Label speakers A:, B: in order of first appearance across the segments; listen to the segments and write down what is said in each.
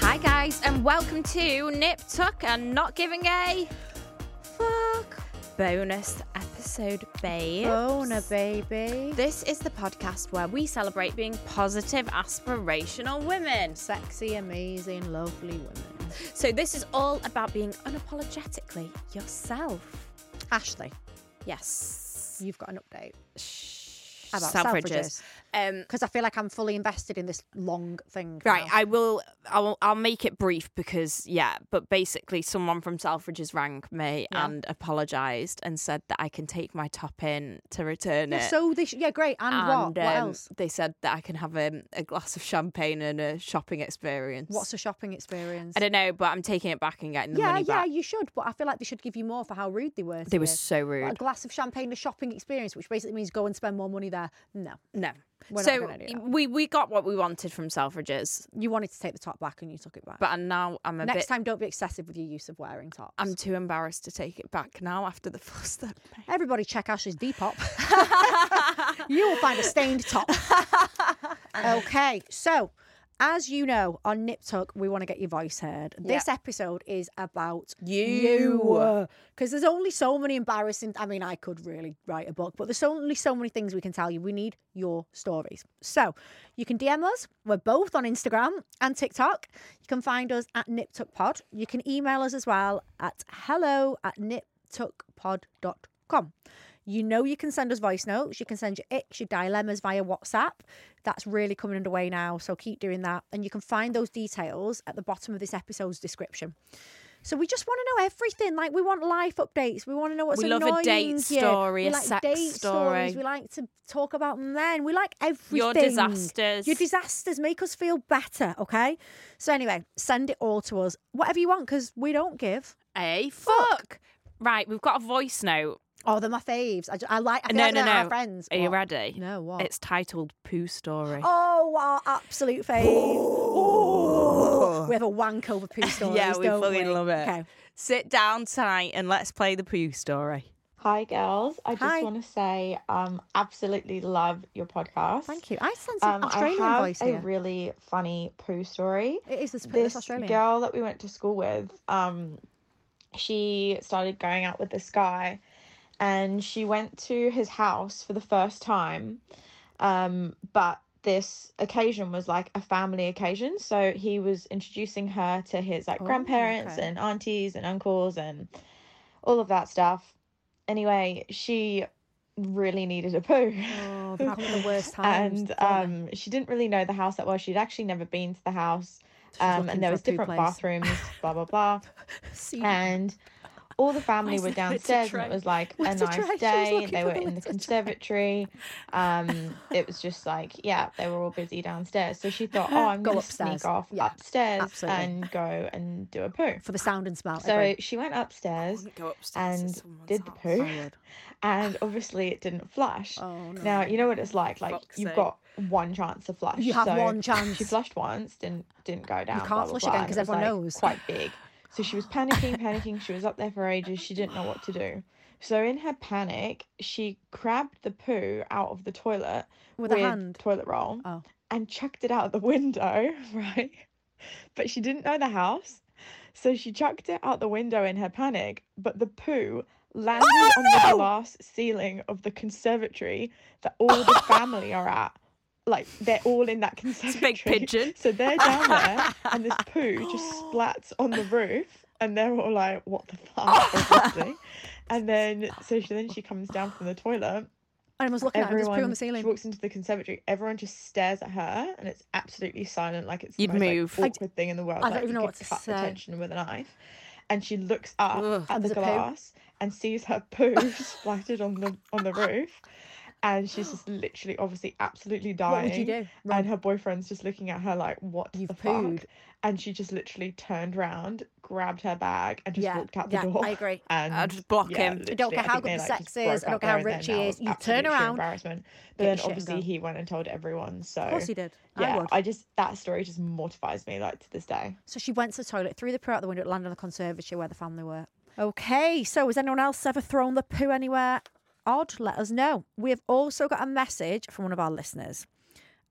A: Hi guys, and welcome to Nip Tuck and Not Giving a Fuck bonus episode, babe.
B: Bona baby.
A: This is the podcast where we celebrate being positive, aspirational women.
B: Sexy, amazing, lovely women.
A: So this is all about being unapologetically yourself.
B: Ashley,
A: Yes.
B: you've got an update about
A: Selfridges.
B: Selfridges
A: Um,
B: because I feel like I'm fully invested in this long thing.
A: Right,
B: now.
A: I will, I will. I'll make it brief because, yeah. But basically, someone from Selfridges rang me
B: Yeah.
A: and apologised and said that I can take my top in to return
B: Yeah,
A: it.
B: so this, yeah, great. And, what? What
A: um,
B: else?
A: They said that I can have um, a glass of champagne and a shopping experience.
B: What's a shopping experience?
A: I don't know, but I'm taking it back and getting the
B: yeah,
A: money
B: yeah,
A: back.
B: you should. But I feel like they should give you more for how rude they were. to
A: They were
B: you.
A: so
B: Like A
A: rude.
B: glass of champagne, a shopping experience, which basically means go and spend more money there. No,
A: No.
B: We're not
A: so
B: gonna do that.
A: we we got what we wanted from Selfridges,
B: you wanted to take the top back and you took it back.
A: but uh, and now I'm a
B: Next
A: bit.
B: time, don't be excessive with your use of wearing tops.
A: I'm too embarrassed to take it back now after the fuss that.
B: Everybody, check Ash's Depop. you will find a stained top. okay, so as you know, on Nip Tuck, we want to get your voice heard. This episode is about you. Because there's only so many embarrassing. I mean, I could really write a book, but there's only so many things we can tell you. We need your stories. So you can DM us. We're both on Instagram and TikTok. You can find us at Nip Tuck Pod. You can email us as well at hello at niptuckpod.com. You know you can send us voice notes. You can send your icks, your dilemmas via WhatsApp. That's really coming underway now, so keep doing that. And you can find those details at the bottom of this episode's description. So we just want to know everything. Like we want life updates. We want to know what's
A: We love a date
B: annoying you.
A: story,
B: we
A: a
B: like
A: sex
B: date
A: story.
B: stories. We like to talk about men. We like everything.
A: Your disasters.
B: Your disasters make us feel better. Okay. So anyway, send it all to us. Whatever you want, because we don't give.
A: A fuck. Right, we've got a voice note.
B: Oh, they're my faves. I, ju- I like. I feel
A: no,
B: like
A: no,
B: they're
A: no.
B: Our friends.
A: Are you
B: What?
A: ready?
B: No, what?
A: It's titled Poo Story.
B: Oh, our absolute fave. Ooh. We have a wank over poo stories.
A: yeah, we
B: don't
A: fucking
B: we?
A: love it.
B: Okay.
A: Sit down tonight and let's play the Poo Story.
C: Hi, girls. I
B: Hi.
C: just want to say, um, absolutely love your podcast.
B: Thank you. I sense an
C: Um,
B: Australian
C: I have
B: voice
C: a
B: here.
C: really funny poo story.
B: it is this,
C: This
B: this Australian.
C: girl that we went to school with, um, she started going out with this guy, and she went to his house for the first time. Um, but this occasion was like a family occasion, so he was introducing her to his like
B: Oh,
C: grandparents
B: okay.
C: and aunties and uncles and all of that stuff. Anyway, she really needed a poo.
B: Oh, they've come at the worst times.
C: And
B: don't they?
C: um, she didn't really know the house that well. She'd actually never been to the house.
B: She's
C: Um,
B: looking
C: and there
B: for
C: was
B: a poo
C: different
B: place.
C: bathrooms, blah blah blah.
B: See,
C: And all the family
A: is
C: were
A: there a
C: downstairs, and it
A: tray?
C: was like
B: Where's the
C: a nice
B: tray? She was
C: day.
B: looking
C: They
B: for
C: were
B: the
C: in the
B: where's the tray?
C: conservatory. Um, it was just like yeah, they were all busy downstairs. So she thought, oh, I'm
B: Go
C: gonna
B: upstairs.
C: sneak off
B: Yeah,
C: upstairs
B: absolutely.
C: and go and do a poo.
B: for Oh the sound and smell.
C: So
B: agree.
C: she went upstairs
A: Go upstairs.
C: and did the
B: I
C: poo,
B: would.
C: and obviously it didn't flush.
B: Oh no.
C: Now you know what it's like. Like
A: Fuck's
C: you've
A: sake.
C: got one chance to flush.
B: You have
C: so
B: one chance.
C: She flushed once, didn't didn't go down.
B: can't
C: blah, blah,
B: flush
C: blah,
B: again
C: and
B: 'cause
C: it was,
B: everyone
C: like,
B: knows.
C: Quite big. So she was panicking, panicking. She was up there for ages. She didn't know what to do. So in her panic, she grabbed the poo out of the toilet
B: With a hand?
C: toilet roll,
B: Oh.
C: and chucked it out the window. Right, but she didn't know the house, so she chucked it out the window in her panic. But the poo landed
B: Oh,
C: on the glass ceiling of the conservatory that all the family are at. Like they're all in that
D: a big
C: conservatory.
D: pigeon.
C: So they're down there, and this poo just splats on the roof, and they're all like, "What the fuck?" obviously. and then, so she, then she comes down from the
B: And
C: toilet.
B: I was looking at him,
C: Everyone
B: poo on the
C: She
B: ceiling.
C: walks into the conservatory. Everyone just stares at her, and it's absolutely silent. Like it's the
D: You'd
C: most, like,
D: move.
B: I d-
C: awkward thing in the world.
B: I don't
C: like,
B: even
C: you
B: know
C: could
B: what to
C: cut the
B: say.
C: tension with a knife. And she looks up at
B: And
C: the
B: there's a poo.
C: glass and sees her poo splattered on the on the roof, and she's just literally, obviously, absolutely dying.
B: would you do? Run.
C: And her boyfriend's just looking at her like, "What
B: You've
C: the
B: pooed.
C: fuck?" And she just literally turned round, grabbed her bag, and just
B: Yeah,
C: walked out the
B: yeah, I
C: door.
B: agree.
C: And
D: I'd just block him.
B: I don't
C: literally,
B: care
C: I
B: how
C: think
B: good
C: they,
B: the
C: like, just
B: sex is, I
C: broke
B: don't
C: up
B: care how
C: there and then.
B: rich
C: That
B: he
C: was
B: is, you turn
C: absolute sheer
B: around,
C: Embarrassment. But
B: your
C: then
B: shit and
C: obviously
B: go.
C: he went and told everyone. So
B: Of course he did. I
C: yeah,
B: would.
C: I just that story just mortifies me like to this day.
B: So she went to the toilet, threw the poo out the window, it landed on the conservatory where the family were. Okay, so has anyone else ever thrown the poo anywhere? Odd, let us know. We have also got a message from one of our listeners.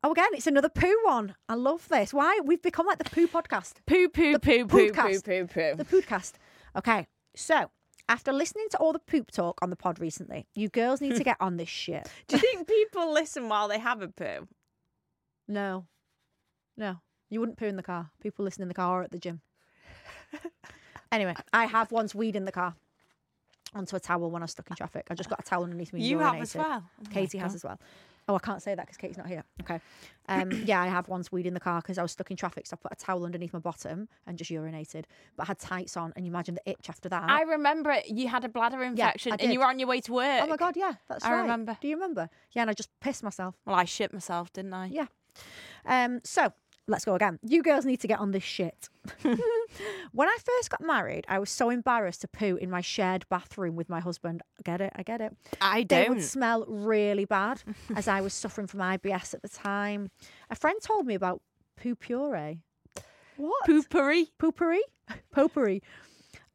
B: Oh, again, it's another poo one. I love this. Why? We've become like the poo podcast.
D: Poo, poo,
B: The
D: poo, poo, poo,
B: podcast.
D: poo, poo.
B: The podcast. Okay, so after listening to all the poop talk on the pod recently, you girls need to get on this shit.
D: Do you think people listen while they have a poo?
B: No. No. You wouldn't poo in the car. People listen in the car or at the gym. anyway, I have once weed in the car onto a towel when I was stuck in traffic. I just got a towel underneath me. and
D: You have as
B: urinated.
D: well? Oh my
B: Katie has as well. Oh, I can't say that because Katie's not here. Okay. Um, yeah, I have once weed in the car because I was stuck in traffic. So I put a towel underneath my bottom and just urinated. But I had tights on, and you imagine the itch after that.
A: I remember it. you had a bladder infection and
B: Ah. did.
A: you were on your way to work.
B: oh my God, yeah, that's
A: I
B: right.
A: remember.
B: Do you remember? Yeah, and I just pissed myself.
A: Well, I shit myself, didn't I?
B: Yeah. Um, so let's go again. You girls need to get on this shit. when I first got married, I was so embarrassed to poo in my shared bathroom with my husband. I get it, I get it.
D: I
B: They would smell really bad as I was suffering from IBS at the time. A friend told me about poo puree. What?
D: Poopery.
B: Poopery? Poopery.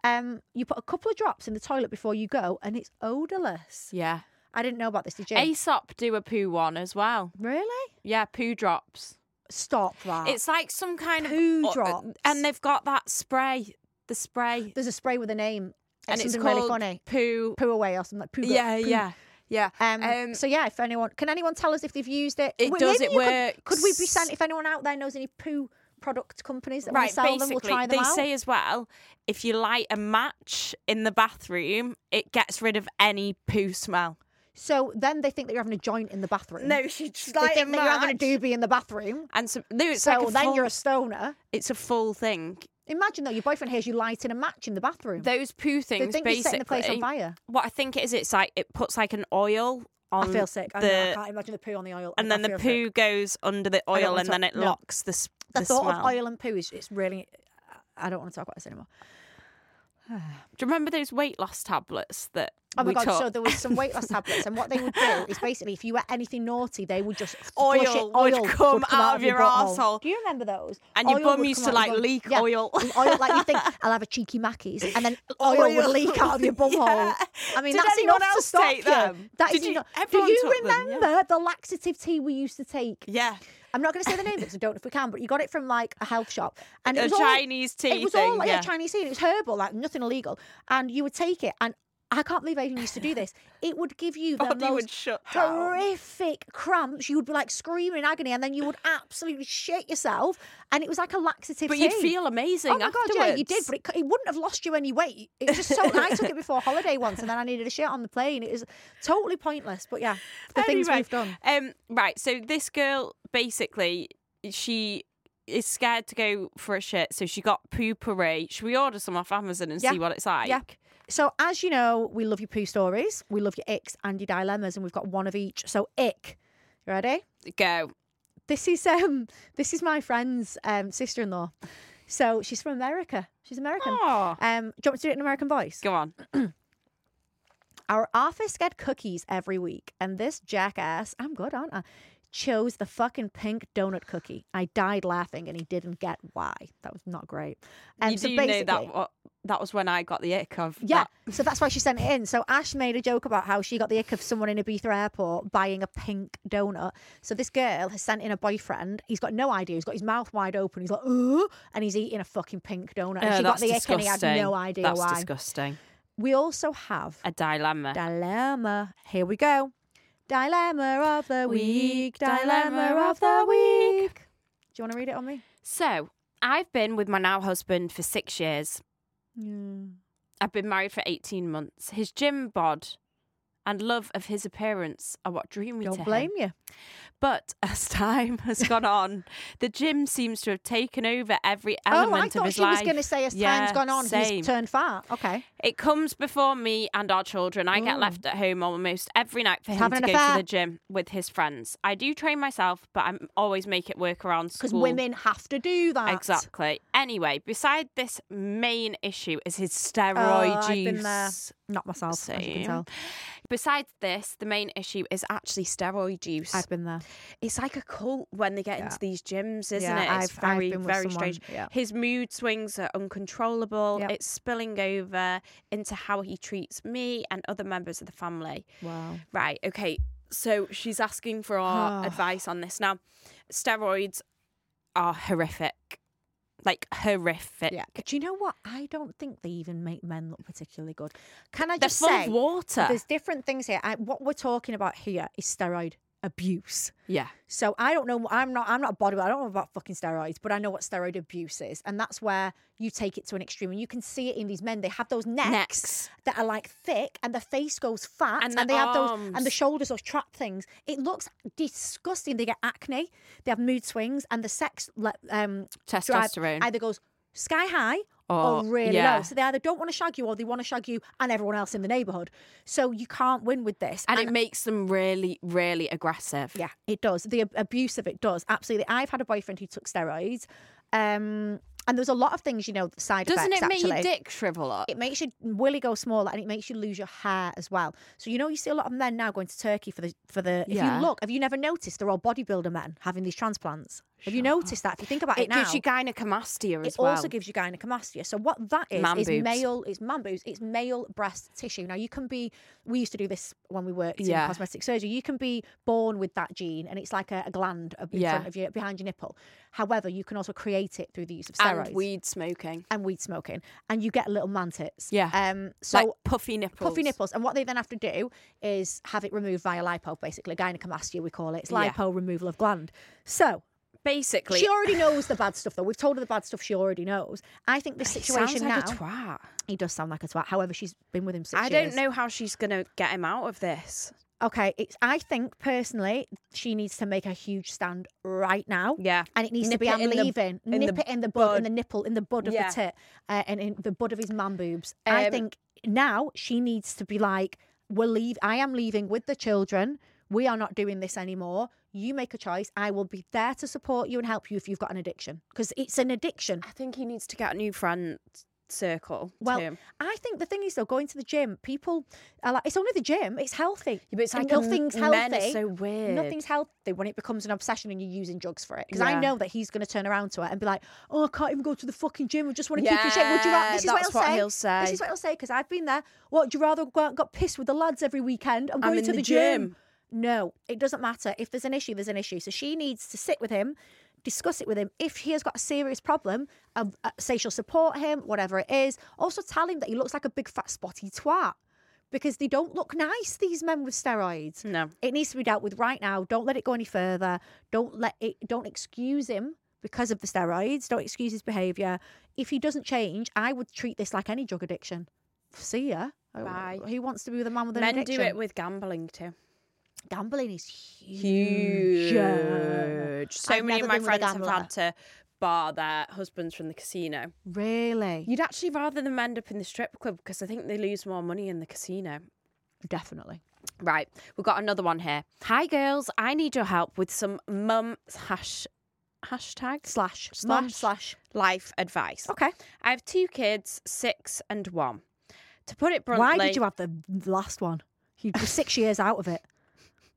B: Um, you put a couple of drops in the toilet before you go and it's odourless.
A: Yeah.
B: I didn't know about this, did you?
A: Aesop do a poo one as well.
B: Really?
A: Yeah, poo drops.
B: Stop that.
A: It's like some kind
B: Ah. Poo
A: of uh,
B: drops.
A: and they've got that spray, the spray,
B: There's a spray with a name.
A: and it's
B: something
A: called
B: really funny.
A: poo.
B: Poo away or something like poo. go-
A: Yeah,
B: poo.
A: yeah, yeah.
B: Um, so yeah, if anyone can anyone tell us if they've used it?
A: It
B: Well,
A: does, it
B: maybe you could- Could, we be
A: works.
B: sent if anyone out there knows any poo product companies that want
A: right,
B: to sell them? We'll
A: basically,
B: try them
A: they
B: out.
A: say as well, if you light a match in the bathroom, it gets rid of any poo smell.
B: so then they think that you're having a joint in the bathroom.
A: she's just
B: they think that you're having a doobie in the bathroom.
A: And so, no, it's
B: So
A: like a
B: then
A: full,
B: you're a stoner.
A: it's a full thing.
B: Imagine though, your boyfriend hears you lighting a match in the bathroom.
A: Those poo
B: they
A: things
B: think
A: basically.
B: you're setting the place on fire.
A: What I think it is, it's like it puts like an oil on.
B: I feel sick. I, know, I
A: The,
B: can't imagine the poo on the oil.
A: and
B: I- I
A: then the
B: feel sick.
A: poo goes under the
B: don't
A: oil,
B: wanna
A: and then
B: talk-
A: it
B: no.
A: locks the s-
B: The,
A: the
B: thought
A: smell.
B: of oil and poo is it's really. I don't want to talk about this anymore.
A: Do you remember those weight loss tablets that
B: Oh my
A: we
B: god!
A: took?
B: So there was some weight loss tablets, and what they would do is basically, if you were anything naughty, they would just
A: Oil
B: flush it, oil
A: would come out of your
B: butthole.
A: arsehole.
B: Do you remember those?
A: And your
B: Oil
A: bum
B: would
A: used
B: come
A: to,
B: out of your
A: like, leak
B: bum. Yeah.
A: oil.
B: And oil, like you think I'll have a cheeky Mackey's, and then oil, would
A: Oil.
B: leak out of your bumhole.
A: Yeah.
B: I mean,
A: Did
B: that's
A: anyone
B: enough to
A: else
B: stop
A: take
B: you.
A: them?
B: That is
A: Did you-
B: enough. Do
A: everyone
B: you
A: took them, yeah.
B: remember the laxative tea we used to take?
A: yeah,
B: I'm not going to say the name because I don't know if we can, but you got it from like a health shop, and it
A: A
B: was all-
A: Chinese tea
B: It was all
A: thing,
B: like
A: yeah.
B: a Chinese tea. And it was herbal, like nothing illegal, and you would take it, and I can't believe I even used to do this. It would give you the
A: Body
B: most
A: Oh, would shut down.
B: horrific cramps. You would be like screaming in agony, and then you would absolutely shit yourself, and it was like a laxative.
A: but you'd
B: tea.
A: feel amazing.
B: Oh my god,
A: afterwards.
B: yeah, you did, but it, c- it wouldn't have lost you any weight. It was just so. I took it before holiday once, and then I needed a shit on the plane. It was totally pointless, but yeah, the things
A: Anyway,
B: we've done.
A: Um, right, so this girl basically she is scared to go for a shit, so she got poo puree. Should we order some off Amazon and
B: Yeah.
A: see what it's like?
B: Yeah. So, as you know, we love your poo stories, we love your icks and your dilemmas, and we've got one of each. So, ick, you ready?
A: Go.
B: This is um, this is my friend's um, sister-in-law. So she's from America. She's American.
A: Aw.
B: Um, do you want me to do it in American voice?
A: Go on.
B: Our office get cookies every week, and this jackass, I'm good, aren't I? Chose the fucking pink donut cookie. I died laughing, and he didn't get why. That was not great. Um,
A: you
B: so
A: do know
B: basically-
A: that what, that was when I got the ick of
B: Yeah.
A: that.
B: So that's why she sent it in. So Ash made a joke about how she got the ick of someone in Ibiza airport buying a pink donut. So this girl has sent in a boyfriend. He's got no idea. He's got his mouth wide open. He's like, oh, and he's eating a fucking pink donut. And
A: Oh,
B: she got
A: that's
B: the ick and he had
A: disgusting.
B: no idea
A: That's
B: why.
A: disgusting.
B: We also have
A: A dilemma.
B: dilemma. Here we go. Dilemma of the week.
A: Week,
B: Dilemma
A: dilemma
B: of
A: of
B: the
A: the
B: week. Do you want to read it on me?
A: so, I've been with my now husband for six years. Mm, I've been married for 18 months. His gym bod and love of his appearance are what drew me to
B: Don't
A: him.
B: blame you.
A: But as time has gone on, the gym seems to have taken over every
B: Oh,
A: element
B: I
A: of
B: thought
A: his
B: she was
A: life.
B: going to say as time's
A: Yeah,
B: gone on,
A: same.
B: he's turned fat. Okay.
A: It comes before me and our children. I get left at home almost every night for
B: He's
A: him to
B: Mm. having an
A: go
B: affair.
A: to the gym with his friends. I do train myself, but I always make it work around
B: Because
A: school.
B: women have to do that.
A: Exactly. Anyway, beside this main issue is his steroid
B: Oh, I've
A: use.
B: been there. Not myself, as you can
A: Same.
B: tell.
A: Besides this, the main issue is actually steroid use.
B: I've been there.
A: it's like a cult when they get into these gyms, isn't
B: Yeah,
A: it? It's
B: I've- I've
A: very,
B: been with
A: very
B: someone,
A: strange.
B: yeah.
A: His mood swings are uncontrollable.
B: Yep.
A: It's spilling over into how he treats me and other members of the family.
B: Wow.
A: Right. Okay. So she's asking for our advice on this. Now, steroids are horrific. Like horrific.
B: Yeah. Do you know what? I don't think they even make men look particularly good. Can I
A: They're
B: just
A: full
B: say
A: of water.
B: there's different things here. I, what we're talking about here is steroid abuse.
A: Yeah.
B: So I don't know. I'm not. I'm not a bodybuilder. I don't know about fucking steroids, but I know what steroid abuse is, and that's where you take it to an extreme. And you can see it in these men. They have those necks,
A: Necks.
B: that are like thick, and the face goes fat,
A: And
B: and,
A: the
B: they have those, and the
A: arms.
B: shoulders those trap things. It looks disgusting. They get acne. They have mood swings, and the sex le- um, drive
A: Testosterone.
B: either goes sky high. Or,
A: Or-
B: really low.
A: yeah.
B: So they either don't want to shag you or they want to shag you and everyone else in the neighborhood. So you can't win with this.
A: And it makes them really, really aggressive.
B: Yeah, it does. The ab- abuse of it does absolutely. I've had a boyfriend who took steroids, um, and there's a lot of things you know side
A: Doesn't
B: effects.
A: it make
B: actually.
A: your dick shrivel up?
B: It makes your willy go smaller, and it makes you lose your hair as well. So you know you see a lot of men now going to Turkey for the for the.
A: Yeah.
B: If you look, have you never noticed they're all bodybuilder men having these transplants? Have you noticed that? If you think about it,
A: It gives
B: now,
A: you gynecomastia
B: it
A: as well.
B: also gives you gynecomastia. So what that is
A: Man
B: is
A: boobs.
B: male, it's man boobs, it's male breast tissue. Now you can be. We used to do this when we worked in
A: Yeah.
B: cosmetic surgery. You can be born with that gene, and it's like a, a gland up in
A: Yeah.
B: front of your behind your nipple. However, you can also create it through the use of steroids
A: and weed smoking.
B: and weed smoking, and you get little man tits.
A: Yeah.
B: Um. So.
A: like puffy nipples.
B: Puffy nipples, and what they then have to do is have it removed via lipo, basically gynecomastia. We call it. It's
A: Yeah.
B: lipo removal of gland. So
A: Basically.
B: she already knows the bad stuff, though. We've told her the bad stuff she already knows. I think this
A: He
B: situation
A: sounds
B: now.
A: like a twat.
B: He does sound like a twat. However, she's been with him six
A: I
B: years.
A: don't know how she's going to get him out of this.
B: Okay, it's. I think personally, she needs to make a huge stand right now.
A: Yeah.
B: and it needs
A: Nip
B: to be.
A: it
B: I'm
A: in the-
B: leaving.
A: in the
B: Nip it in the bud, in
A: bud.
B: the nipple, in the bud of
A: Yeah.
B: the tit, uh, and in the bud of his man boobs. I
A: Um,
B: think now she needs to be like, "We'll leave. I am leaving with the children. We are not doing this anymore. You make a choice. I will be there to support you and help you if you've got an addiction, because it's an addiction.
A: I think he needs to get a new friend circle.
B: Well,
A: too.
B: I think the thing is though, going to the gym, people are like, it's only the gym. It's healthy.
A: Yeah, but it's
B: And
A: like a-
B: nothing's
A: men are
B: healthy.
A: so weird.
B: Nothing's healthy when it becomes an obsession and you're using drugs for it. Because I
A: Yeah.
B: know that he's going to turn around to it and be like, oh, I can't even go to the fucking gym. I just want to keep in shape. Would you rather?
A: Yeah,
B: This is what,
A: that's
B: he'll,
A: what
B: say.
A: he'll say.
B: This is what he'll say because I've been there. What would you rather go out and got pissed with the lads every weekend? I'm
A: I'm
B: going
A: in
B: to
A: the gym.
B: No, it doesn't matter. If there's an issue, there's an issue. So she needs to sit with him. Discuss it with him. If he has got a serious problem, um, uh, say she'll support him, whatever it is. Also, tell him that he looks like a big fat spotty twat because they don't look nice, these men with steroids.
A: No.
B: It needs to be dealt with right now. Don't let it go any further. Don't let it don't excuse him because of the steroids. Don't excuse his behaviour. If he doesn't change, I would treat this like any drug addiction. See ya. I-
A: Bye.
B: Who wants to be with a man with an
A: Men
B: addiction?
A: do it with gambling too.
B: gambling is huge.
A: Huge. So
B: I've
A: many
B: never
A: of my
B: been with a
A: friends have
B: gambler.
A: had to bar their husbands from the casino.
B: Really?
A: You'd actually rather them end up in the strip club because I think they lose more money in the casino.
B: Definitely.
A: Right, we've got another one here. Hi, girls. I need your help with some mum hash hashtag
B: Slash.
A: Slash.
B: Mum slash.
A: life advice.
B: Okay.
A: I have two kids, six and one. To put it bluntly,
B: Why did you have the last one? You were six years out of it.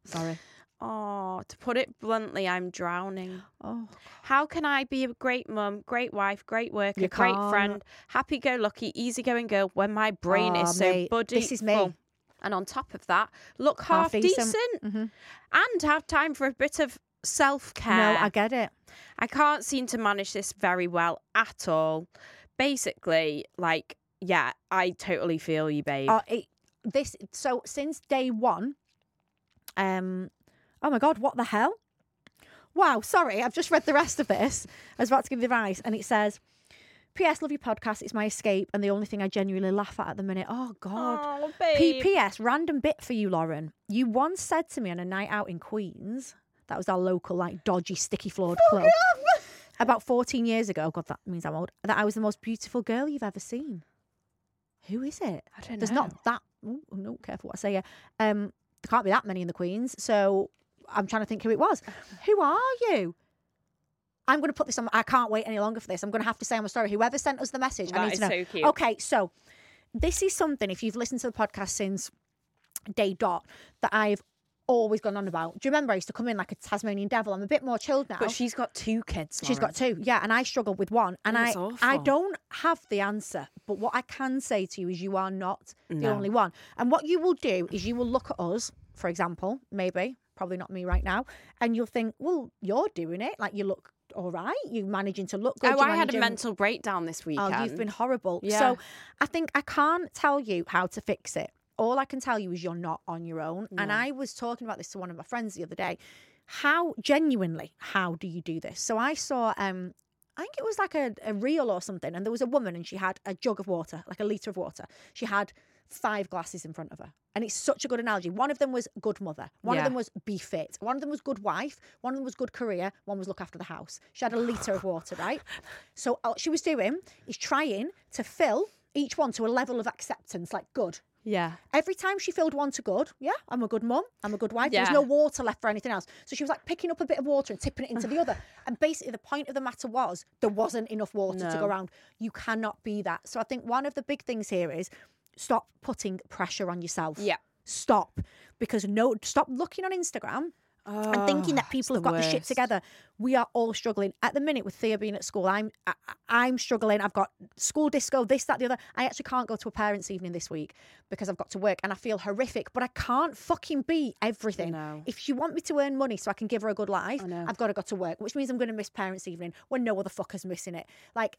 B: Sorry.
A: Oh, to put it bluntly, I'm drowning.
B: Oh.
A: How can I be a great mum, great wife, great worker,
B: You
A: great
B: can't.
A: friend, happy go lucky, easygoing girl when my brain
B: Aw,
A: is so
B: mate,
A: buddy
B: this is me.
A: full? And on top of that, look half,
B: Half decent.
A: decent,
B: Mm-hmm.
A: and have time for a bit of self care.
B: No, I get it.
A: I can't seem to manage this very well at all. Basically, like
E: yeah, I totally feel you, babe.
B: Uh, it, this so since day one. Um, oh my god, what the hell? Wow, sorry, I've just read the rest of this. I was about to give the advice, and it says, "P.S. Love your podcast. It's my escape and the only thing I genuinely laugh at at the minute." Oh god.
C: Oh, babe.
B: P.P.S. Random bit for you, Lauren. You once said to me on a night out in Queens, that was our local like dodgy, sticky floored club. About 14 years ago, God, that means I'm old. That I was the most beautiful girl you've ever seen. Who is it?
E: I don't
B: There's not that. Ooh, oh, no, careful what I say. Here. Um, there can't be that many in the Queens. So I'm trying to think who it was. who are you? I'm going to put this on. I can't wait any longer for this. I'm going to have to say I'm sorry. Whoever sent us the message,
E: That
B: I need
E: is
B: to know.
E: so cute.
B: Okay, so this is something. If you've listened to the podcast since day dot, that I've always gone on about. Do you remember I used to come in like a Tasmanian devil? I'm a bit more chilled now.
E: but she's got two kids.
B: She's got two, yeah, and I struggle with one, and
A: Oh,
B: I
E: That's
B: I
E: awful.
B: don't have the answer. But what I can say to you is, you are not the only one. And what you will do is, you will look at us, for example, maybe probably not me right now, and you'll think, well, you're doing it, like you look all right, you're managing to look good.
A: oh,
B: you're
A: I had a
B: managing-
A: mental breakdown this weekend.
B: Oh, you've been horrible.
A: Yeah.
B: So I think I can't tell you how to fix it. All I can tell you is you're not on your own. And I was talking about this to one of my friends the other day. How genuinely, how do you do this? So I saw um I think it was like a, a reel or something, and there was a woman and she had a jug of water, like a litre of water. She had five glasses in front of her. And it's such a good analogy. One of them was good mother. One of
E: Yeah.
B: them was be fit. One of them was good wife. One of them was good career. One was look after the house. She had a litre of water, right? So all she was doing is trying to fill each one to a level of acceptance, like good.
E: Yeah.
B: Every time she filled one to good, yeah, I'm a good mum, I'm a good wife. There was
A: Yeah.
B: no water left for anything else. So she was like picking up a bit of water and tipping it into the other. And basically, the point of the matter was there wasn't enough water to go around. You cannot be that. So I think one of the big things here is stop putting pressure on yourself.
E: Yeah.
B: Stop because no, stop looking on Instagram and thinking that people have got Ah, the shit together. We are all struggling at the minute with Thea being at school. I'm I, I'm struggling. I've got school disco, this, that, the other. I actually can't go to a parents' evening this week because I've got to work and I feel horrific. But I can't fucking be everything. If she want me to earn money so I can give her a good life, I've got to go to work, which means I'm going to miss parents' evening when no other fucker's missing it. Like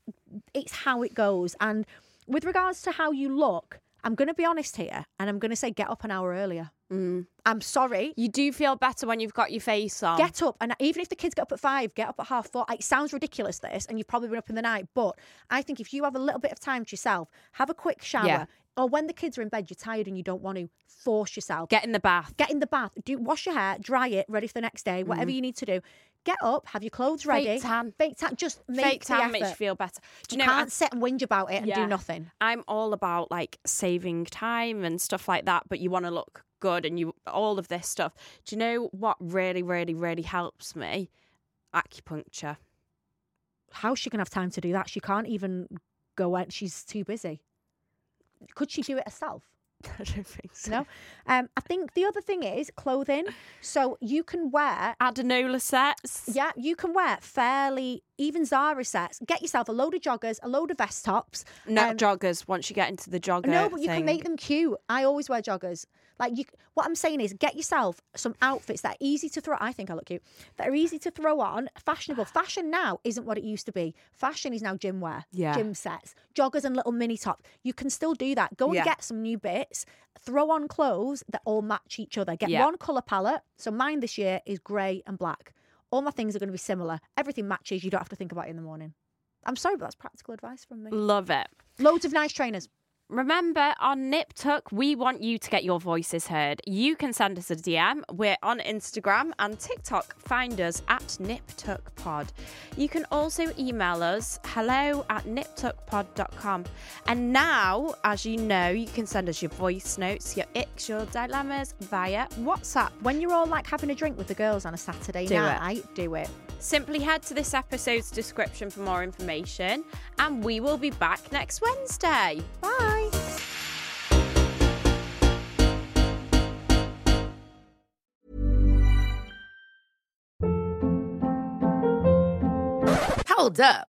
B: it's how it goes. And with regards to how you look. I'm going to be honest here and I'm going to say get up an hour earlier. I'm sorry.
A: You do feel better when you've got your face on.
B: Get up, and even if the kids get up at five, get up at half four. It sounds ridiculous, this, and you've probably been up in the night, but I think if you have a little bit of time to yourself, have a quick shower,
A: Yeah.
B: or when the kids are in bed, you're tired and you don't want to force yourself.
A: Get in the bath.
B: Get in the bath, do wash your hair, dry it, ready for the next day, whatever
A: Mm.
B: you need to do. Get up, have your clothes ready.
A: tan.
B: Fake tan. Just make
A: Fake
B: the
A: tan
B: effort.
A: makes you feel better. Do you know? I-
B: Can't sit and whinge about it and do
A: Yeah.
B: nothing.
A: I'm all about like saving time and stuff like that, but you want to look good and you all of this stuff. Do you know what really, really, really helps me? Acupuncture.
B: How's she going to have time to do that? She can't even go out. She's too busy. Could she do it herself?
A: I don't think so.
B: No. Um, I think the other thing is clothing. So you can wear.
A: Adenola sets.
B: Yeah, you can wear fairly even Zara sets. Get yourself a load of joggers, a load of vest tops.
A: No
B: um,
A: joggers. Once you get into the jogger,
B: No, but you
A: thing.
B: can make them cute. I always wear joggers. Like you, what I'm saying is, get yourself some outfits that are easy to throw. I think I look cute. That are easy to throw on, fashionable. Fashion now isn't what it used to be. Fashion is now gym wear,
A: Yeah.
B: gym sets, joggers and little mini tops. You can still do that. Go and
A: Yeah.
B: get some new bits. Throw on clothes that all match each other. Get
A: Yeah.
B: one color palette. So mine this year is grey and black. All my things are going to be similar. Everything matches. You don't have to think about it in the morning. I'm sorry, but that's practical advice from me.
A: Love it.
B: Loads of nice trainers.
A: Remember, on Nip Tuck, we want you to get your voices heard. You can send us a DM. We're on Instagram and TikTok. Find us at Nip Tuck Pod. You can also email us hello at niptuckpod.com. And now, as you know, you can send us your voice notes, your icks, your dilemmas via WhatsApp.
B: When you're all like having a drink with the girls on a Saturday
A: Do it.
B: night, do it.
A: Simply head to this episode's description for more information, and we will be back next Wednesday. Bye.
F: Hold up.